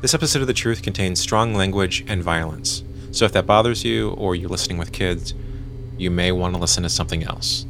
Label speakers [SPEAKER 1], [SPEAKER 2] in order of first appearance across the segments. [SPEAKER 1] This episode of The Truth contains strong language and violence. So if that bothers you or you're listening with kids, you may want to listen to something else.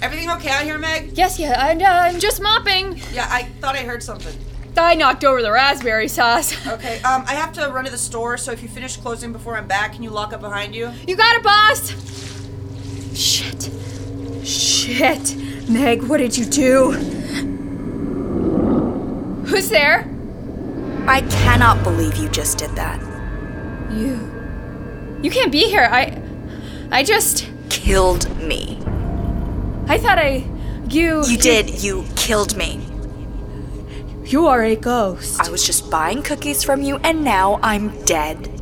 [SPEAKER 2] Everything okay out here, Meg?
[SPEAKER 3] Yes, yeah, I, I'm just mopping.
[SPEAKER 2] Yeah, I thought I heard something.
[SPEAKER 3] I knocked over the raspberry sauce.
[SPEAKER 2] Okay, um, I have to run to the store, so if you finish closing before I'm back, can you lock up behind you?
[SPEAKER 3] You got it, boss! Shit. Shit. Meg, what did you do? Who's there?
[SPEAKER 4] I cannot believe you just did that.
[SPEAKER 3] You. You can't be here. I. I just.
[SPEAKER 4] Killed me.
[SPEAKER 3] I thought I. You.
[SPEAKER 4] You did. You killed me.
[SPEAKER 3] You are a ghost.
[SPEAKER 4] I was just buying cookies from you, and now I'm dead.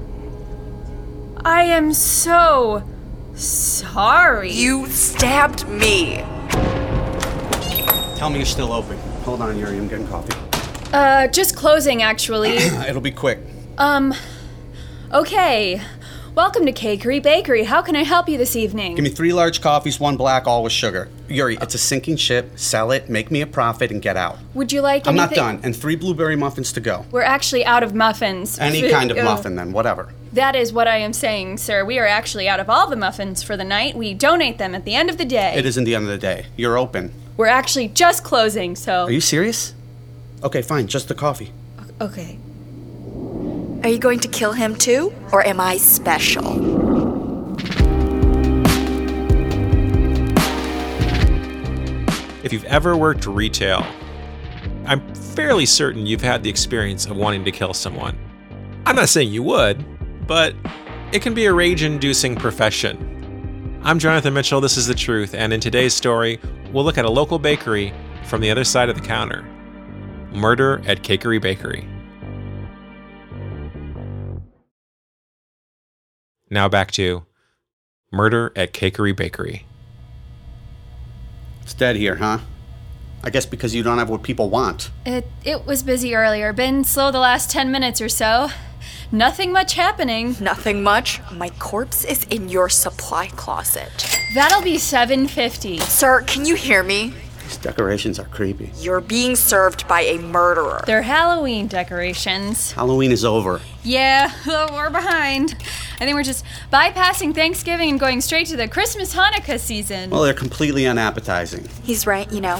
[SPEAKER 3] I am so. Sorry.
[SPEAKER 4] You stabbed me.
[SPEAKER 5] Tell me you're still open.
[SPEAKER 6] Hold on, Yuri. I'm getting coffee.
[SPEAKER 3] Uh, just closing, actually.
[SPEAKER 5] Uh, It'll be quick.
[SPEAKER 3] um. Okay. Welcome to Cakery Bakery. How can I help you this evening?
[SPEAKER 5] Give me three large coffees, one black, all with sugar. Yuri,
[SPEAKER 6] It's
[SPEAKER 5] it's
[SPEAKER 6] a sinking ship. Sell it, make me a profit, and get out.
[SPEAKER 3] Would you like
[SPEAKER 5] I'm not
[SPEAKER 3] anything?
[SPEAKER 5] done. And three blueberry muffins to go.
[SPEAKER 3] We're actually out of muffins.
[SPEAKER 5] Any kind of
[SPEAKER 3] Ugh.
[SPEAKER 5] muffin.
[SPEAKER 6] And then whatever.
[SPEAKER 3] That is what I am saying, sir. We are actually out of all the muffins for the night. We donate them at the end of the day.
[SPEAKER 5] It isn't the end of the day. You're open.
[SPEAKER 3] We're actually just closing, so.
[SPEAKER 5] Are you serious? Okay, fine. Just the coffee.
[SPEAKER 3] okay.
[SPEAKER 4] Are you going to kill him too? Or am I special?
[SPEAKER 1] If you've ever worked retail, I'm fairly certain you've had the experience of wanting to kill someone. I'm not saying you would, but it can be a rage inducing profession. I'm Jonathan Mitchell, this is The Truth, and in today's story, we'll look at a local bakery from the other side of the counter Murder at Cakery Bakery. Now back to Murder at Cakery Bakery.
[SPEAKER 5] It's dead here, huh? I guess because you don't have what people want.
[SPEAKER 3] It, it was busy earlier. Been slow the last 10 minutes or so. Nothing much happening.
[SPEAKER 4] Nothing much. My corpse is in your supply closet.
[SPEAKER 3] That'll be 750.
[SPEAKER 4] Sir, can you hear me?
[SPEAKER 5] These decorations are creepy.
[SPEAKER 4] You're being served by a murderer.
[SPEAKER 3] They're Halloween decorations.
[SPEAKER 5] Halloween is over.
[SPEAKER 3] Yeah, we're behind. I think we're just bypassing Thanksgiving and going straight to the Christmas Hanukkah season.
[SPEAKER 5] Well, they're completely unappetizing.
[SPEAKER 4] He's right, you know.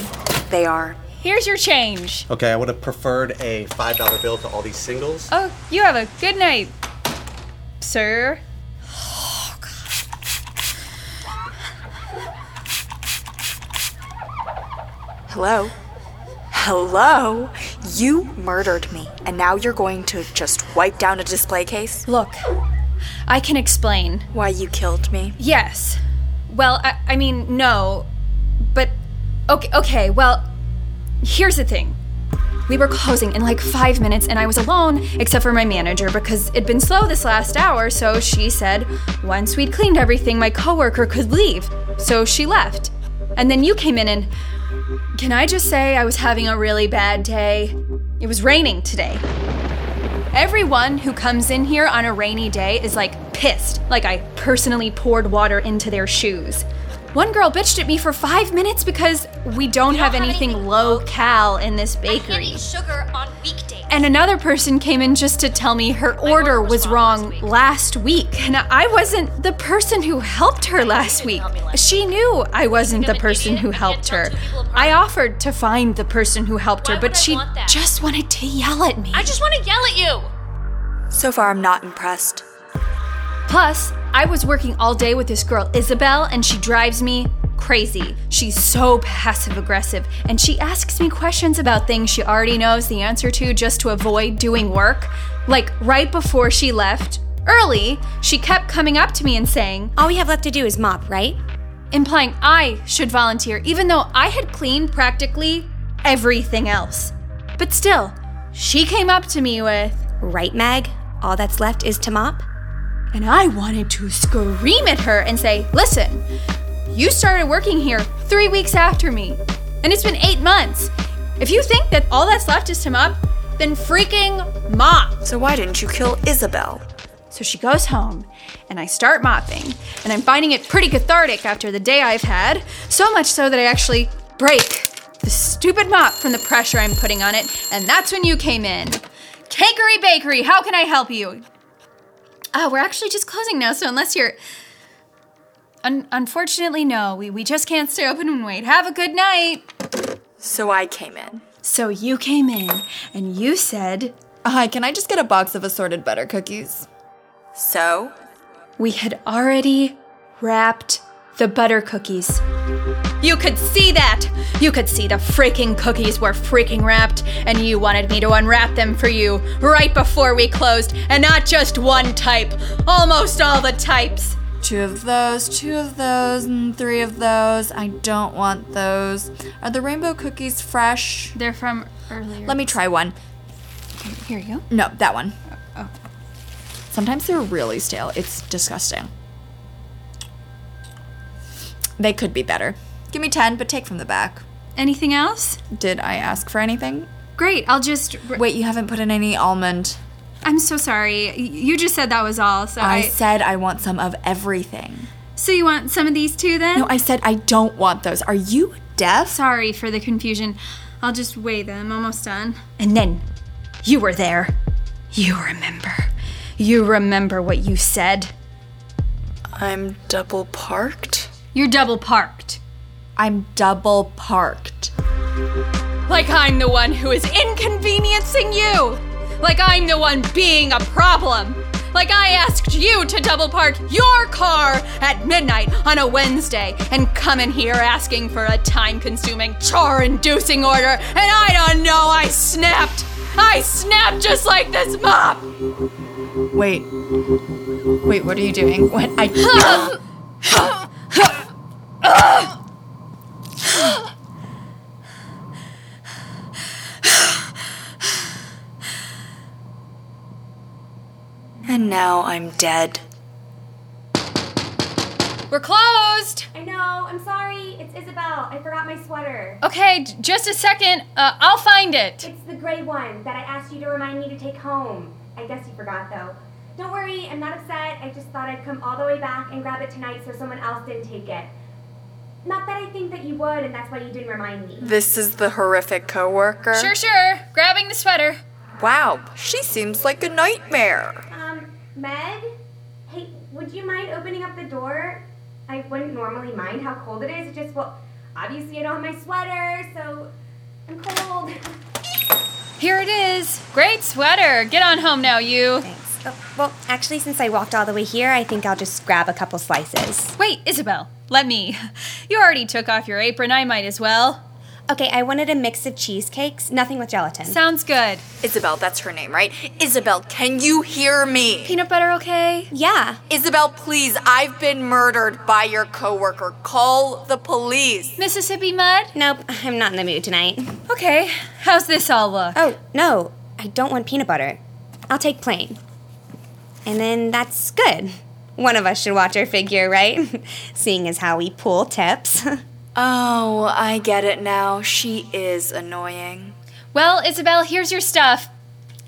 [SPEAKER 4] They are.
[SPEAKER 3] Here's your change.
[SPEAKER 5] Okay, I would have preferred a $5 bill to all these singles.
[SPEAKER 3] Oh, you have a good night, sir.
[SPEAKER 4] Hello? Hello? You murdered me, and now you're going to just wipe down a display case?
[SPEAKER 3] Look, I can explain.
[SPEAKER 4] Why you killed me?
[SPEAKER 3] Yes. Well, I, I mean, no. But, okay, okay, well, here's the thing. We were closing in like five minutes, and I was alone, except for my manager, because it'd been slow this last hour, so she said once we'd cleaned everything, my coworker could leave. So she left. And then you came in, and can I just say I was having a really bad day? It was raining today. Everyone who comes in here on a rainy day is like pissed, like I personally poured water into their shoes. One girl bitched at me for five minutes because we don't have anything low cal in this bakery.
[SPEAKER 7] sugar on weekdays.
[SPEAKER 3] And another person came in just to tell me her order was wrong last week. And I wasn't the person who helped her last week. She knew I wasn't the person who helped her. I offered to find the person who helped her, but she just wanted to yell at me.
[SPEAKER 7] I just want to yell at you.
[SPEAKER 4] So far, I'm not impressed.
[SPEAKER 3] Plus, I was working all day with this girl, Isabel, and she drives me crazy. She's so passive aggressive, and she asks me questions about things she already knows the answer to just to avoid doing work. Like right before she left, early, she kept coming up to me and saying,
[SPEAKER 8] All we have left to do is mop, right?
[SPEAKER 3] implying I should volunteer, even though I had cleaned practically everything else. But still, she came up to me with,
[SPEAKER 8] Right, Meg? All that's left is to mop?
[SPEAKER 3] And I wanted to scream at her and say, Listen, you started working here three weeks after me, and it's been eight months. If you think that all that's left is to mop, then freaking mop.
[SPEAKER 4] So why didn't you kill Isabel?
[SPEAKER 3] So she goes home, and I start mopping, and I'm finding it pretty cathartic after the day I've had, so much so that I actually break the stupid mop from the pressure I'm putting on it, and that's when you came in. Cakery Bakery, how can I help you? Ah, we're actually just closing now, so unless you're. Un- unfortunately, no, we, we just can't stay open and wait. Have a good night.
[SPEAKER 4] So I came in.
[SPEAKER 3] So you came in, and you said
[SPEAKER 9] Hi, can I just get a box of assorted butter cookies?
[SPEAKER 4] So
[SPEAKER 3] we had already wrapped the butter cookies. You could see that! You could see the freaking cookies were freaking wrapped, and you wanted me to unwrap them for you right before we closed, and not just one type, almost all the types.
[SPEAKER 9] Two of those, two of those, and three of those. I don't want those. Are the rainbow cookies fresh?
[SPEAKER 3] They're from earlier.
[SPEAKER 9] Let me try one.
[SPEAKER 3] Here you go.
[SPEAKER 9] No, that one. oh. Sometimes they're really stale. It's disgusting. They could be better. Give me 10, but take from the back.
[SPEAKER 3] Anything else?
[SPEAKER 9] Did I ask for anything?
[SPEAKER 3] Great, I'll just.
[SPEAKER 9] Wait, you haven't put in any almond.
[SPEAKER 3] I'm so sorry. Y- You just said that was all, so
[SPEAKER 9] I said I want some of everything.
[SPEAKER 3] So you want some of these too then?
[SPEAKER 9] No, I said I don't want those. Are you deaf?
[SPEAKER 3] Sorry for the confusion. I'll just weigh them. Almost done. And then you were there. You remember. You remember what you said.
[SPEAKER 4] I'm double parked?
[SPEAKER 3] You're double parked.
[SPEAKER 9] I'm double parked.
[SPEAKER 3] Like I'm the one who is inconveniencing you. Like I'm the one being a problem. Like I asked you to double park your car at midnight on a Wednesday and come in here asking for a time consuming, chore inducing order, and I don't know, I snapped. I snapped just like this mop.
[SPEAKER 9] Wait. Wait, what are you doing? What? I.
[SPEAKER 4] And now I'm dead.
[SPEAKER 3] We're closed.
[SPEAKER 7] I know. I'm sorry. It's Isabel. I forgot my sweater.
[SPEAKER 3] Okay, j- just a second. Uh, I'll find it.
[SPEAKER 7] It's the gray one that I asked you to remind me to take home. I guess you forgot though. Don't worry. I'm not upset. I just thought I'd come all the way back and grab it tonight so someone else didn't take it. Not that I think that you would, and that's why you didn't remind me.
[SPEAKER 4] This is the horrific coworker.
[SPEAKER 3] Sure, sure. Grabbing the sweater.
[SPEAKER 4] Wow, she seems like a nightmare.
[SPEAKER 7] Um, Meg? Hey, would you mind opening up the door? I wouldn't normally mind how cold it is. It just, well, obviously I don't have my sweater, so I'm cold.
[SPEAKER 3] Here it is. Great sweater. Get on home now, you.
[SPEAKER 8] Thanks. Oh, well, actually, since I walked all the way here, I think I'll just grab a couple slices.
[SPEAKER 3] Wait, Isabel. Let me. You already took off your apron. I might as well.
[SPEAKER 8] Okay, I wanted a mix of cheesecakes, nothing with gelatin.
[SPEAKER 3] Sounds good.
[SPEAKER 4] Isabel, that's her name, right? Isabel, can you hear me?
[SPEAKER 3] Peanut butter okay?
[SPEAKER 8] yeah.
[SPEAKER 4] Isabel, please, I've been murdered by your coworker. Call the police.
[SPEAKER 3] Mississippi mud?
[SPEAKER 8] Nope, I'm not in the mood tonight.
[SPEAKER 3] Okay. How's this all look?
[SPEAKER 8] Oh, no, I don't want peanut butter. I'll take plain. And then that's good. One of us should watch our figure, right? Seeing as how we pool tips.
[SPEAKER 4] Oh, I get it now. She is annoying.
[SPEAKER 3] Well, Isabel, here's your stuff.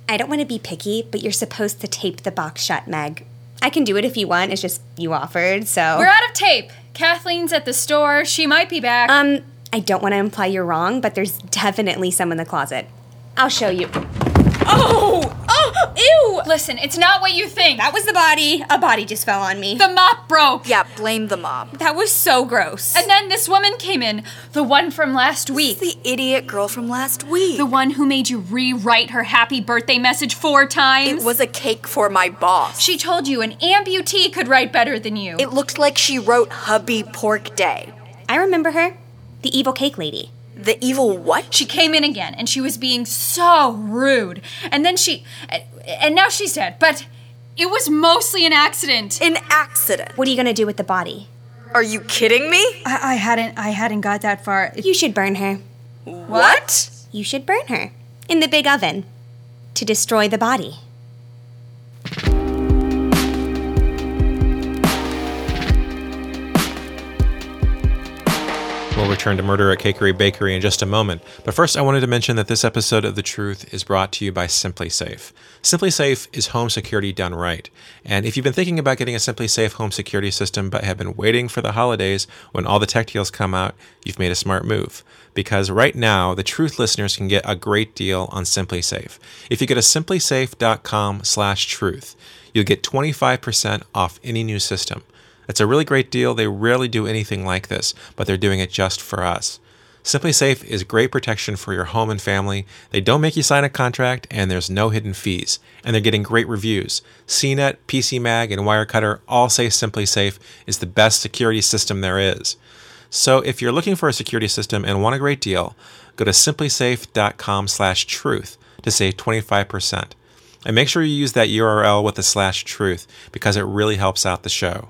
[SPEAKER 8] I don't want to be picky, but you're supposed to tape the box shut, Meg. I can do it if you want, it's just you offered, so.
[SPEAKER 3] We're out of tape. Kathleen's at the store. She might be back.
[SPEAKER 8] Um, I don't want to imply you're wrong, but there's definitely some in the closet. I'll show you.
[SPEAKER 3] oh! Oh! Ew! Listen, it's not what you think.
[SPEAKER 8] That was the body. A body just fell on me.
[SPEAKER 3] The mop broke.
[SPEAKER 4] Yeah, blame the mob.
[SPEAKER 8] that was so gross.
[SPEAKER 3] And then this woman came in, the one from last week.
[SPEAKER 4] The idiot girl from last week.
[SPEAKER 3] The one who made you rewrite her happy birthday message four times.
[SPEAKER 4] It was a cake for my boss.
[SPEAKER 3] she told you an amputee could write better than you.
[SPEAKER 4] It looked like she wrote Hubby Pork Day.
[SPEAKER 8] I remember her. The evil cake lady.
[SPEAKER 4] The evil what?
[SPEAKER 3] she came in again and she was being so rude. And then she. And now she's dead. But it was mostly an accident.
[SPEAKER 4] An accident.
[SPEAKER 8] What are you gonna do with the body?
[SPEAKER 4] Are you kidding me?
[SPEAKER 3] I, I hadn't. I hadn't got that far.
[SPEAKER 8] You should burn her.
[SPEAKER 4] What?
[SPEAKER 8] You should burn her. In the big oven. To destroy the body.
[SPEAKER 1] We'll return to Murder at Cakery Bakery in just a moment. But first, I wanted to mention that this episode of The Truth is brought to you by Simply Safe. Simply Safe is home security done right. And if you've been thinking about getting a Simply Safe home security system but have been waiting for the holidays when all the tech deals come out, you've made a smart move. Because right now, The Truth listeners can get a great deal on Simply Safe. If you go to simplysafe.com slash truth, you'll get 25% off any new system. It's a really great deal. They rarely do anything like this, but they're doing it just for us. Simply Safe is great protection for your home and family. They don't make you sign a contract, and there's no hidden fees. And they're getting great reviews. CNET, PCMag, and Wirecutter all say Simply Safe is the best security system there is. So if you're looking for a security system and want a great deal, go to simplysafe.com/truth to save 25%. And make sure you use that URL with the slash truth because it really helps out the show.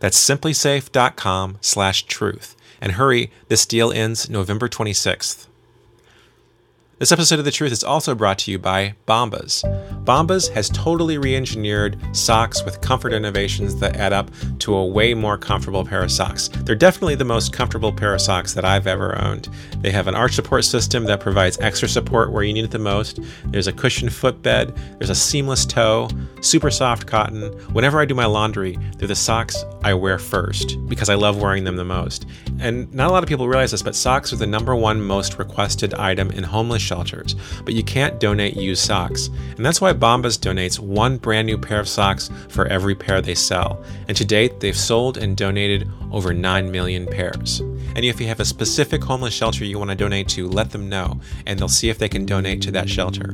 [SPEAKER 1] That's simplysafe.com slash truth. And hurry, this deal ends November 26th. This episode of The Truth is also brought to you by Bombas. Bombas has totally re engineered socks with comfort innovations that add up to a way more comfortable pair of socks. They're definitely the most comfortable pair of socks that I've ever owned. They have an arch support system that provides extra support where you need it the most. There's a cushioned footbed, there's a seamless toe, super soft cotton. Whenever I do my laundry, they're the socks I wear first because I love wearing them the most. And not a lot of people realize this, but socks are the number one most requested item in homeless shelters, but you can't donate used socks. And that's why Bombas donates one brand new pair of socks for every pair they sell. And to date, they've sold and donated over 9 million pairs. And if you have a specific homeless shelter you want to donate to, let them know, and they'll see if they can donate to that shelter.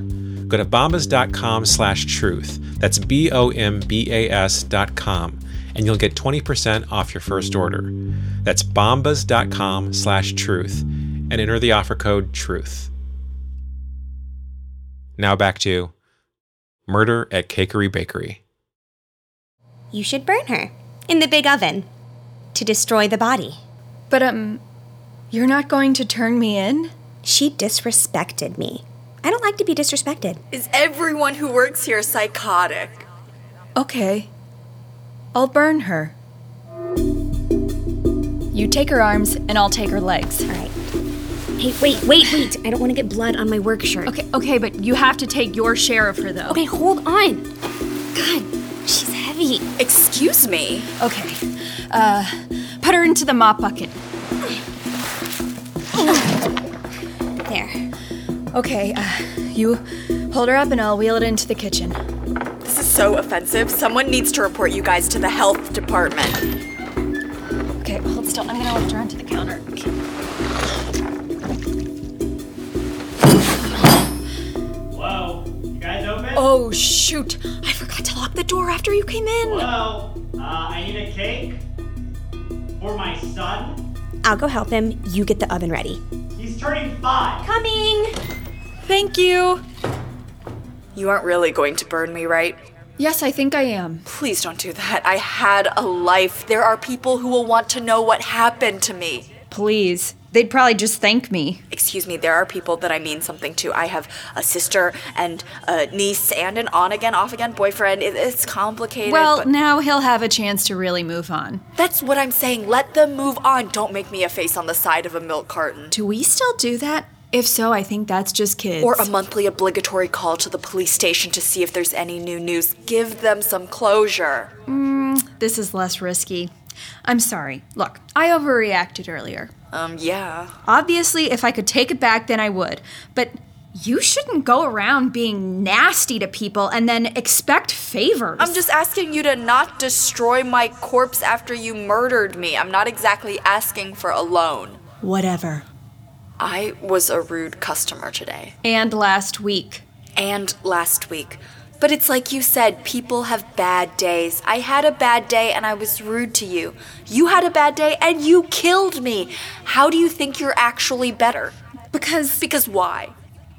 [SPEAKER 1] Go to bombas.com slash truth. That's B O M B A S dot com. And you'll get 20% off your first order. That's bombas.com slash truth. And enter the offer code truth. Now back to Murder at Cakery Bakery.
[SPEAKER 8] You should burn her in the big oven to destroy the body.
[SPEAKER 3] But, um, you're not going to turn me in?
[SPEAKER 8] She disrespected me. I don't like to be disrespected.
[SPEAKER 4] Is everyone who works here psychotic?
[SPEAKER 3] Okay. I'll burn her. You take her arms, and I'll take her legs.
[SPEAKER 8] All right. Hey, wait, wait, wait. I don't want to get blood on my work shirt.
[SPEAKER 3] Okay, okay, but you have to take your share of her, though.
[SPEAKER 8] Okay, hold on. God, she's heavy.
[SPEAKER 4] Excuse me.
[SPEAKER 3] Okay. Uh, put her into the mop bucket.
[SPEAKER 8] There.
[SPEAKER 3] Okay, uh, you hold her up and I'll wheel it into the kitchen.
[SPEAKER 4] This is so offensive. Someone needs to report you guys to the health department.
[SPEAKER 3] Okay, hold still. I'm gonna lift her onto the counter.
[SPEAKER 10] Hello? You guys open?
[SPEAKER 3] Oh, shoot. I forgot to lock the door after you came in.
[SPEAKER 10] Hello? Uh, I need a cake for my son.
[SPEAKER 8] I'll go help him. You get the oven ready.
[SPEAKER 10] He's turning five.
[SPEAKER 8] Coming.
[SPEAKER 3] Thank you.
[SPEAKER 4] You aren't really going to burn me, right?
[SPEAKER 3] Yes, I think I am.
[SPEAKER 4] Please don't do that. I had a life. There are people who will want to know what happened to me.
[SPEAKER 3] Please. They'd probably just thank me.
[SPEAKER 4] Excuse me, there are people that I mean something to. I have a sister and a niece and an on again, off again boyfriend. It- it's complicated.
[SPEAKER 3] Well,
[SPEAKER 4] but-
[SPEAKER 3] now he'll have a chance to really move on.
[SPEAKER 4] that's what I'm saying. Let them move on. Don't make me a face on the side of a milk carton.
[SPEAKER 3] Do we still do that? If so, I think that's just kids.
[SPEAKER 4] Or a monthly obligatory call to the police station to see if there's any new news. Give them some closure.
[SPEAKER 3] this is less risky. I'm sorry. Look, I overreacted earlier.
[SPEAKER 4] Um, yeah.
[SPEAKER 3] Obviously, if I could take it back, then I would. But you shouldn't go around being nasty to people and then expect favors.
[SPEAKER 4] I'm just asking you to not destroy my corpse after you murdered me. I'm not exactly asking for a loan.
[SPEAKER 3] Whatever.
[SPEAKER 4] I was a rude customer today
[SPEAKER 3] And last week.
[SPEAKER 4] and last week. But it's like you said, people have bad days. I had a bad day and I was rude to you. You had a bad day and you killed me. How do you think you're actually better?
[SPEAKER 3] Because
[SPEAKER 4] Because why?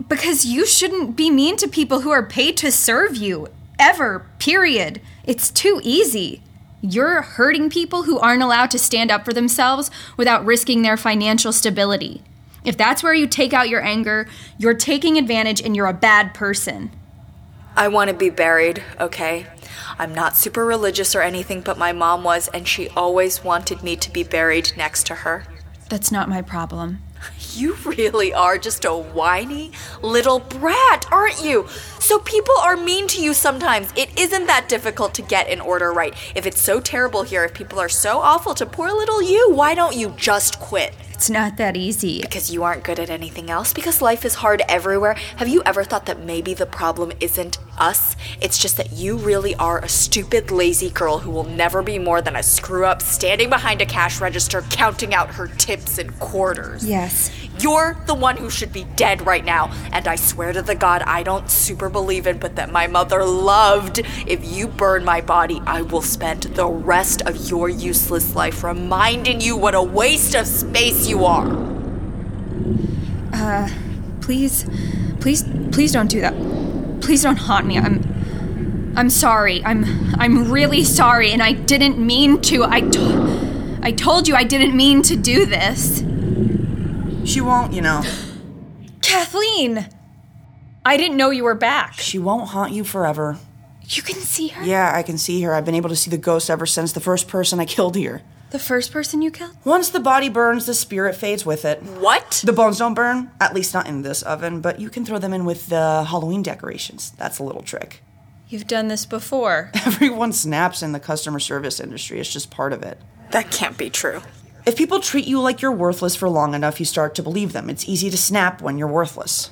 [SPEAKER 3] because you shouldn't be mean to people who are paid to serve you ever. Period. It's too easy. You're hurting people who aren't allowed to stand up for themselves without risking their financial stability. If that's where you take out your anger, you're taking advantage and you're a bad person.
[SPEAKER 4] I want to be buried, okay? I'm not super religious or anything, but my mom was, and she always wanted me to be buried next to her.
[SPEAKER 3] That's not my problem.
[SPEAKER 4] You really are just a whiny little brat, aren't you? So people are mean to you sometimes. It isn't that difficult to get an order right. If it's so terrible here, if people are so awful to poor little you, why don't you just quit?
[SPEAKER 3] It's not that easy.
[SPEAKER 4] Because you aren't good at anything else, because life is hard everywhere. Have you ever thought that maybe the problem isn't us? It's just that you really are a stupid, lazy girl who will never be more than a screw up standing behind a cash register counting out her tips and quarters.
[SPEAKER 3] Yes.
[SPEAKER 4] You're the one who should be dead right now, and I swear to the God I don't super believe in, but that my mother loved. If you burn my body, I will spend the rest of your useless life reminding you what a waste of space you are.
[SPEAKER 3] Uh, please, please, please don't do that. Please don't haunt me. I'm, I'm sorry. I'm, I'm really sorry, and I didn't mean to. I, to- I told you I didn't mean to do this.
[SPEAKER 2] She won't, you know.
[SPEAKER 3] Kathleen, I didn't know you were back.
[SPEAKER 2] She won't haunt you forever.
[SPEAKER 3] You can see her.
[SPEAKER 2] Yeah, I can see her. I've been able to see the ghost ever since the first person I killed here.
[SPEAKER 3] The first person you killed.
[SPEAKER 2] Once the body burns, the spirit fades with it.
[SPEAKER 4] What?
[SPEAKER 2] The bones don't burn, at least not in this oven, but you can throw them in with the Halloween decorations. That's a little trick.
[SPEAKER 3] You've done this before.
[SPEAKER 2] Everyone snaps in the customer service industry, it's just part of it.
[SPEAKER 4] That can't be true.
[SPEAKER 2] If people treat you like you're worthless for long enough, you start to believe them. It's easy to snap when you're worthless.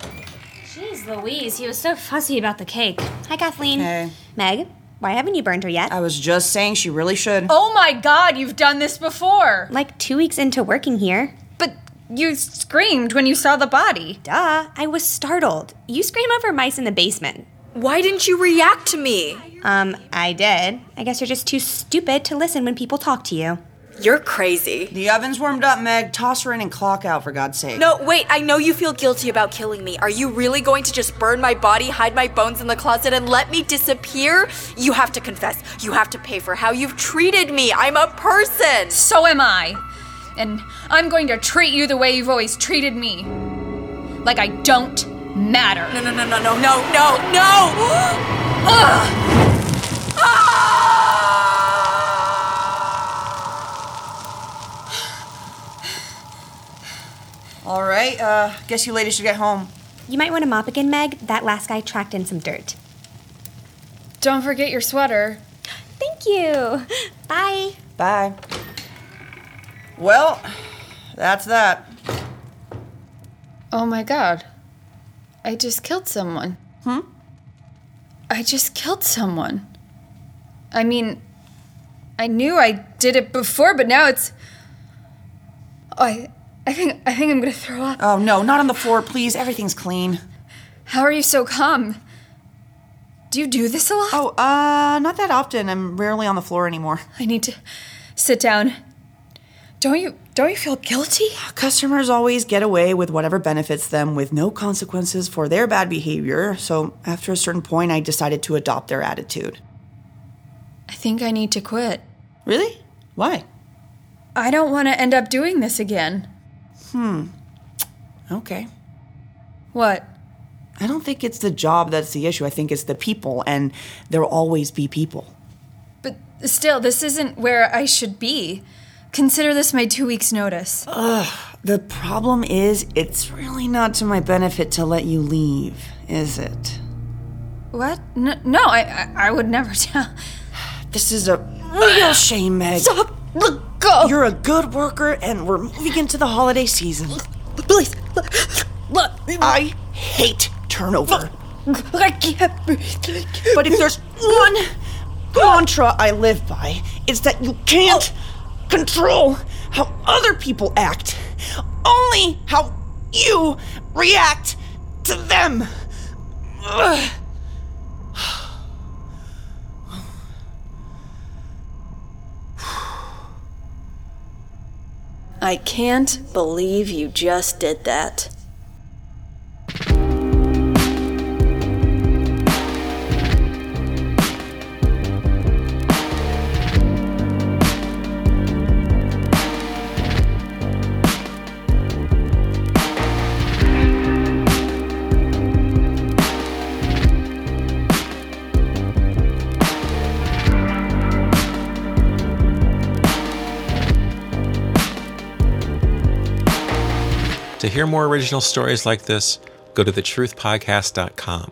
[SPEAKER 8] Jeez Louise, he was so fussy about the cake. Hi, Kathleen. Meg, why haven't you burned her yet?
[SPEAKER 2] Eh, I was just saying she really should.
[SPEAKER 3] Oh my god, you've done this before.
[SPEAKER 8] Like two weeks into working here.
[SPEAKER 3] But you screamed when you saw the body.
[SPEAKER 8] Duh, Ah, I was startled. You scream over mice in the basement.
[SPEAKER 4] Why didn't you react to me?
[SPEAKER 8] Um, I did. I guess you're just too stupid to listen when people talk to you.
[SPEAKER 4] You're crazy.
[SPEAKER 2] The oven's warmed up, Meg. Toss her in and clock out, for God's sake.
[SPEAKER 4] No, wait, I know you feel guilty about killing me. Are you really going to just burn my body, hide my bones in the closet, and let me disappear? You have to confess. You have to pay for how you've treated me. I'm a person.
[SPEAKER 3] So am I. And I'm going to treat you the way you've always treated me. Like I don't matter.
[SPEAKER 4] No, no, no, no, no, no, no, no! Ah! Ugh. Ah!
[SPEAKER 2] All right, uh, guess you ladies should get home.
[SPEAKER 8] You might want to mop again, Meg. That last guy tracked in some dirt.
[SPEAKER 3] Don't forget your sweater.
[SPEAKER 8] Thank you. Bye.
[SPEAKER 2] Bye. Well, that's that.
[SPEAKER 3] Oh my god. I just killed someone.
[SPEAKER 2] Hmm?
[SPEAKER 3] I just killed someone. I mean, I knew I did it before, but now it's oh, I I think I think I'm going to throw up.
[SPEAKER 2] Oh no, not on the floor, please. Everything's clean.
[SPEAKER 3] How are you so calm? Do you do this a lot?
[SPEAKER 2] Oh, uh, not that often. I'm rarely on the floor anymore.
[SPEAKER 3] I need to sit down. Don't you don't you feel guilty?
[SPEAKER 2] Customers always get away with whatever benefits them with no consequences for their bad behavior, so after a certain point, I decided to adopt their attitude.
[SPEAKER 3] I think I need to quit.
[SPEAKER 2] Really? Why?
[SPEAKER 3] I don't want to end up doing this again.
[SPEAKER 2] Okay.
[SPEAKER 3] What?
[SPEAKER 2] I don't think it's the job that's the issue. I think it's the people, and there'll always be people.
[SPEAKER 3] But still, this isn't where I should be. Consider this my two weeks' notice.
[SPEAKER 2] The problem is, it's really not to my benefit to let you leave, is it?
[SPEAKER 3] What? No, no I, I, I would never tell.
[SPEAKER 2] This is a real shame, Meg.
[SPEAKER 3] Stop! Oh. Let go!
[SPEAKER 2] You're a good worker, and we're moving into the holiday season.
[SPEAKER 3] Please, look, look,
[SPEAKER 2] I hate turnover.
[SPEAKER 3] I can't breathe.
[SPEAKER 2] But if there's one mantra I live by, it's that you can't control how other people act, only how you react to them. Ugh.
[SPEAKER 11] I can't believe you just did that.
[SPEAKER 1] To hear more original stories like this, go to thetruthpodcast.com.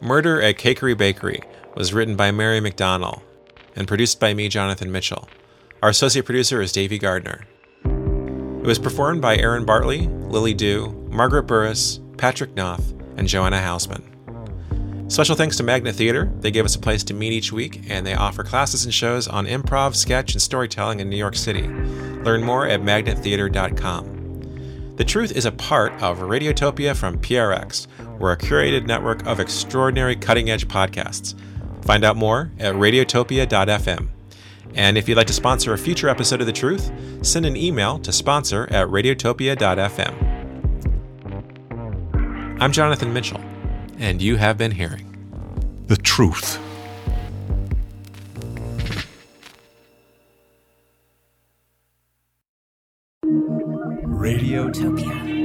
[SPEAKER 1] Murder at Cakery Bakery was written by Mary McDonnell and produced by me, Jonathan Mitchell. Our associate producer is Davey Gardner. It was performed by Aaron Bartley, Lily Dew, Margaret Burris, Patrick Knopf, and Joanna Hausman. Special thanks to Magna Theater. They give us a place to meet each week, and they offer classes and shows on improv, sketch, and storytelling in New York City. Learn more at magnettheater.com. The Truth is a part of Radiotopia from PRX. We're a curated network of extraordinary cutting edge podcasts. Find out more at radiotopia.fm. And if you'd like to sponsor a future episode of The Truth, send an email to sponsor at radiotopia.fm. I'm Jonathan Mitchell, and you have been hearing.
[SPEAKER 12] The truth.
[SPEAKER 13] Radiotopia.